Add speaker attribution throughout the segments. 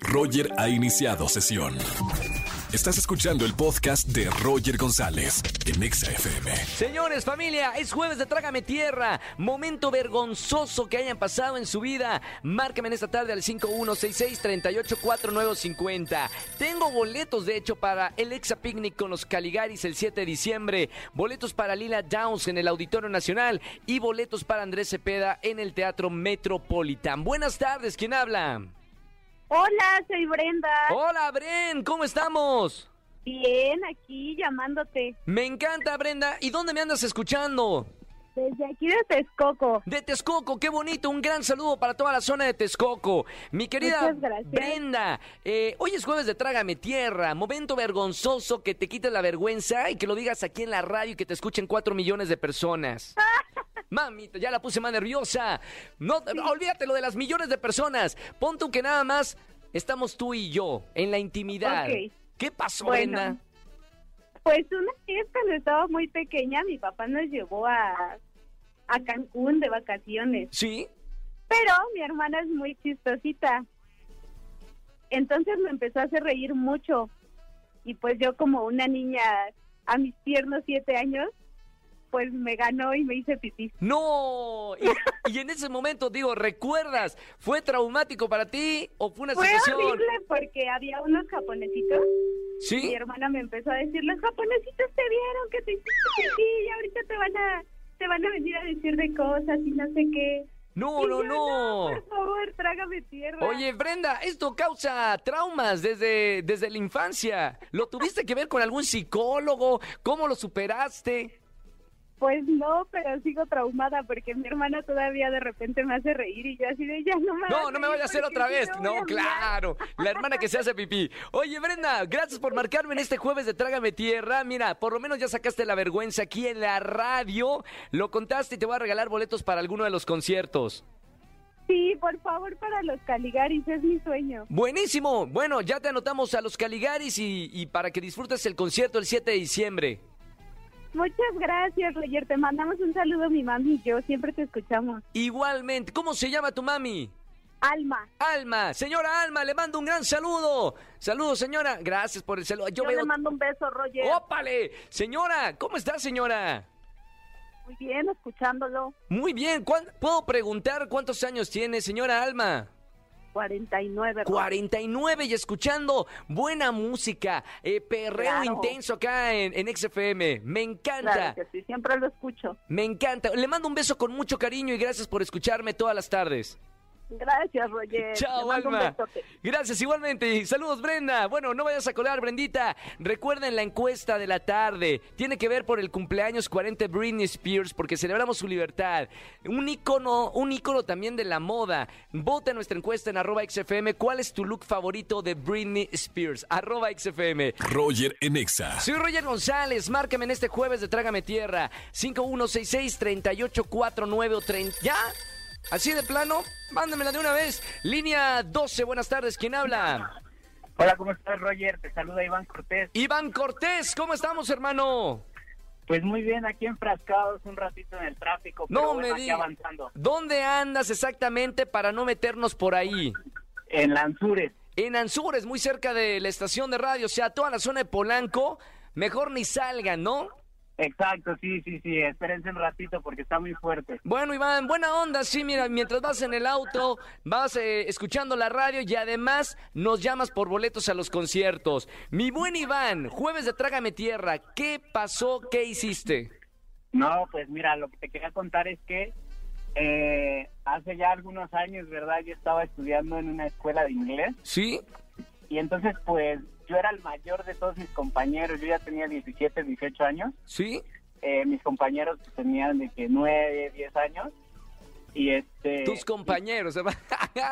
Speaker 1: Roger ha iniciado sesión. Estás escuchando el podcast de Roger González en Exa FM.
Speaker 2: Señores, familia, es jueves de Trágame Tierra. Momento vergonzoso que hayan pasado en su vida. Márquenme en esta tarde al 5166-384950. Tengo boletos, de hecho, para el Exa Picnic con los Caligaris el 7 de diciembre. Boletos para Lila Downs en el Auditorio Nacional. Y boletos para Andrés Cepeda en el Teatro Metropolitan. Buenas tardes, ¿quién habla?
Speaker 3: Hola, soy Brenda.
Speaker 2: Hola, Bren, ¿cómo estamos?
Speaker 3: Bien, aquí llamándote.
Speaker 2: Me encanta, Brenda. ¿Y dónde me andas escuchando?
Speaker 3: Desde aquí de Texcoco.
Speaker 2: De Texcoco, qué bonito. Un gran saludo para toda la zona de Texcoco. Mi querida
Speaker 3: Muchas gracias.
Speaker 2: Brenda, eh, hoy es jueves de Trágame Tierra. Momento vergonzoso que te quites la vergüenza y que lo digas aquí en la radio y que te escuchen cuatro millones de personas. Mamita, ya la puse más nerviosa. No, olvídate lo de las millones de personas. Pon tú que nada más estamos tú y yo en la intimidad.
Speaker 3: Ok.
Speaker 2: ¿Qué pasó,
Speaker 3: Bueno.
Speaker 2: Brenda?
Speaker 3: Pues una vez cuando estaba muy pequeña, mi papá nos llevó a, a Cancún de vacaciones.
Speaker 2: ¿Sí?
Speaker 3: Pero mi hermana es muy chistosita. Entonces me empezó a hacer reír mucho. Y pues yo como una niña a mis tiernos siete años, pues me ganó y me hice pipí.
Speaker 2: No, y, y en ese momento digo, ¿recuerdas? ¿Fue traumático para ti o fue una
Speaker 3: Fue
Speaker 2: sensación?
Speaker 3: horrible porque había unos japonesitos Mi
Speaker 2: Sí,
Speaker 3: hermana me empezó a decir, los japonesitos te vieron que te hiciste pipí y ahorita te van a te van a venir a decir de cosas y no sé qué.
Speaker 2: no,
Speaker 3: Y
Speaker 2: no,
Speaker 3: yo,
Speaker 2: no.
Speaker 3: Por favor, trágame tierra.
Speaker 2: Oye, Brenda, esto causa traumas desde, desde la infancia. ¿Lo tuviste que ver con algún psicólogo? ¿Cómo lo superaste?
Speaker 3: Pues no, pero sigo traumada porque mi hermana todavía de repente me hace reír y yo así de ella no me
Speaker 2: No, no me vaya a hacer otra vez. No, claro. La hermana que se hace pipí. Oye, Brenda, gracias por marcarme en este jueves de Trágame Tierra. Mira, por lo menos ya sacaste la vergüenza aquí en la radio. Lo contaste y te voy a regalar boletos para alguno de los conciertos.
Speaker 3: Sí, por favor, para los Caligaris, es mi sueño.
Speaker 2: Buenísimo. Bueno, ya te anotamos a los Caligaris y, y para que disfrutes el concierto el 7 de diciembre.
Speaker 3: Muchas gracias, Roger. Te mandamos un saludo mi mami y yo. Siempre te escuchamos.
Speaker 2: Igualmente, ¿cómo se llama tu mami?
Speaker 3: Alma.
Speaker 2: Alma, señora Alma, le mando un gran saludo. Saludos, señora. Gracias por el saludo. Yo,
Speaker 3: Yo,
Speaker 2: veo.
Speaker 3: le mando un beso, Roger.
Speaker 2: ¡Ópale! Señora, ¿cómo está, señora?
Speaker 3: Muy bien, escuchándolo.
Speaker 2: Muy bien. ¿cuán- ¿Puedo preguntar cuántos años tiene, señora Alma?
Speaker 3: 49.
Speaker 2: 49 y escuchando buena música, eh, perreo
Speaker 3: Claro.
Speaker 2: intenso acá en, en XFM. Me encanta.
Speaker 3: Claro que sí, siempre lo escucho.
Speaker 2: Me encanta. Le mando un beso con mucho cariño y gracias por escucharme todas las tardes.
Speaker 3: Gracias, Roger. Te
Speaker 2: Chao,
Speaker 3: mando un
Speaker 2: Alma.
Speaker 3: besote.
Speaker 2: Gracias igualmente. Y Saludos, Brenda. Bueno, no vayas a colar, Brendita. Recuerden la encuesta de la tarde. Tiene que ver por el cumpleaños 40 de Britney Spears porque celebramos su libertad. Un ícono, un ícono también de la moda. Vota en nuestra encuesta en arroba XFM. ¿Cuál es tu look favorito de Britney Spears? Arroba XFM.
Speaker 1: Roger en Exa.
Speaker 2: Soy Roger González, márcame en este jueves de Trágame Tierra, 5166-3849 o 30. ¿Ya? Así de plano, mándamela de una vez. Línea 12, buenas tardes, ¿quién habla?
Speaker 4: Hola, ¿cómo estás, Roger? Te saluda Iván Cortés.
Speaker 2: Iván Cortés, ¿cómo estamos, hermano?
Speaker 4: Pues muy bien, aquí enfrascados un ratito en el tráfico, pero
Speaker 2: No
Speaker 4: bueno,
Speaker 2: me
Speaker 4: aquí
Speaker 2: digas.
Speaker 4: avanzando.
Speaker 2: ¿Dónde andas exactamente para no meternos por ahí?
Speaker 4: En Lanzures.
Speaker 2: En Anzures, muy cerca de la estación de radio, o sea, toda la zona de Polanco, mejor ni salgan, ¿no?
Speaker 4: Exacto, sí, sí, sí, espérense un ratito porque está muy fuerte.
Speaker 2: Bueno, Iván, buena onda, sí, mira, mientras vas en el auto, vas eh, escuchando la radio y además nos llamas por boletos a los conciertos. Mi buen Iván, jueves de Trágame Tierra, ¿qué pasó? ¿Qué hiciste?
Speaker 4: No, pues mira, lo que te quería contar es que eh, hace ya algunos años, ¿verdad? Yo estaba estudiando en una escuela de inglés
Speaker 2: ¿Sí?
Speaker 4: y entonces pues yo era el mayor de todos mis compañeros, yo ya tenía 17, 18 años.
Speaker 2: ¿Sí?
Speaker 4: Eh, mis compañeros pues, tenían de que 9, 10 años. Y este...
Speaker 2: Tus compañeros.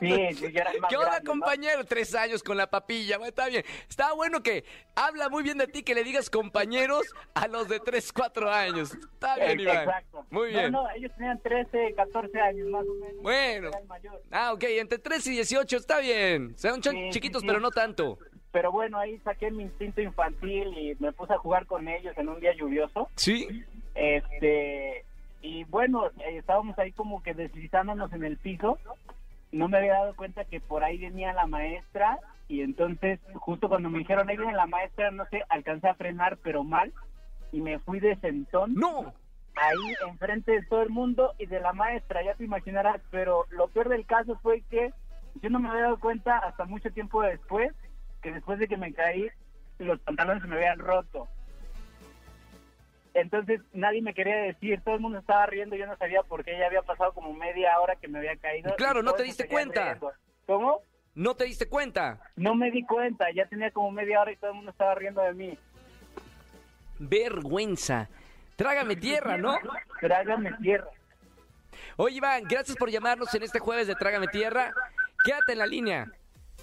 Speaker 4: Sí, sí, yo era el más
Speaker 2: ¿Qué onda,
Speaker 4: grande, ¿no?
Speaker 2: compañero? Tres años con la papilla, bueno, está bien. Está bueno que habla muy bien de ti que le digas compañeros a los de tres, cuatro años. Está bien, Iván.
Speaker 4: Este, Exacto.
Speaker 2: Muy bien.
Speaker 4: No, no, ellos tenían 13, 14 años más o menos.
Speaker 2: Bueno.
Speaker 4: Era el mayor.
Speaker 2: Ah, ok, entre 3 y 18 está bien. Son chon-
Speaker 4: Sí, sí,
Speaker 2: chiquitos,
Speaker 4: sí.
Speaker 2: pero no tanto.
Speaker 4: Pero bueno, ahí saqué mi instinto infantil y me puse a jugar con ellos en un día lluvioso.
Speaker 2: ¿Sí?
Speaker 4: Este, y bueno, eh, estábamos ahí como que deslizándonos en el piso no me había dado cuenta que por ahí venía la maestra y entonces justo cuando me dijeron ahí viene la maestra, no sé, alcancé a frenar pero mal y me fui de sentón.
Speaker 2: ¡No!
Speaker 4: Ahí enfrente de todo el mundo y de la maestra, ya te imaginarás, pero lo peor del caso fue que yo no me había dado cuenta hasta mucho tiempo después que después de que me caí los pantalones se me habían roto. Entonces nadie me quería decir, todo el mundo estaba riendo, yo no sabía por qué, ya había pasado como media hora que me había caído.
Speaker 2: Claro,
Speaker 4: y
Speaker 2: no
Speaker 4: todos
Speaker 2: te diste
Speaker 4: se querían
Speaker 2: cuenta.
Speaker 4: riendo. ¿Cómo?
Speaker 2: ¿No te diste cuenta?
Speaker 4: No me di cuenta, ya tenía como media hora y todo el mundo estaba riendo de mí.
Speaker 2: Vergüenza. Trágame tierra, ¿no?
Speaker 4: Pero hágame tierra.
Speaker 2: Oye, Iván, gracias por llamarnos en este jueves de Trágame Tierra. Quédate en la línea.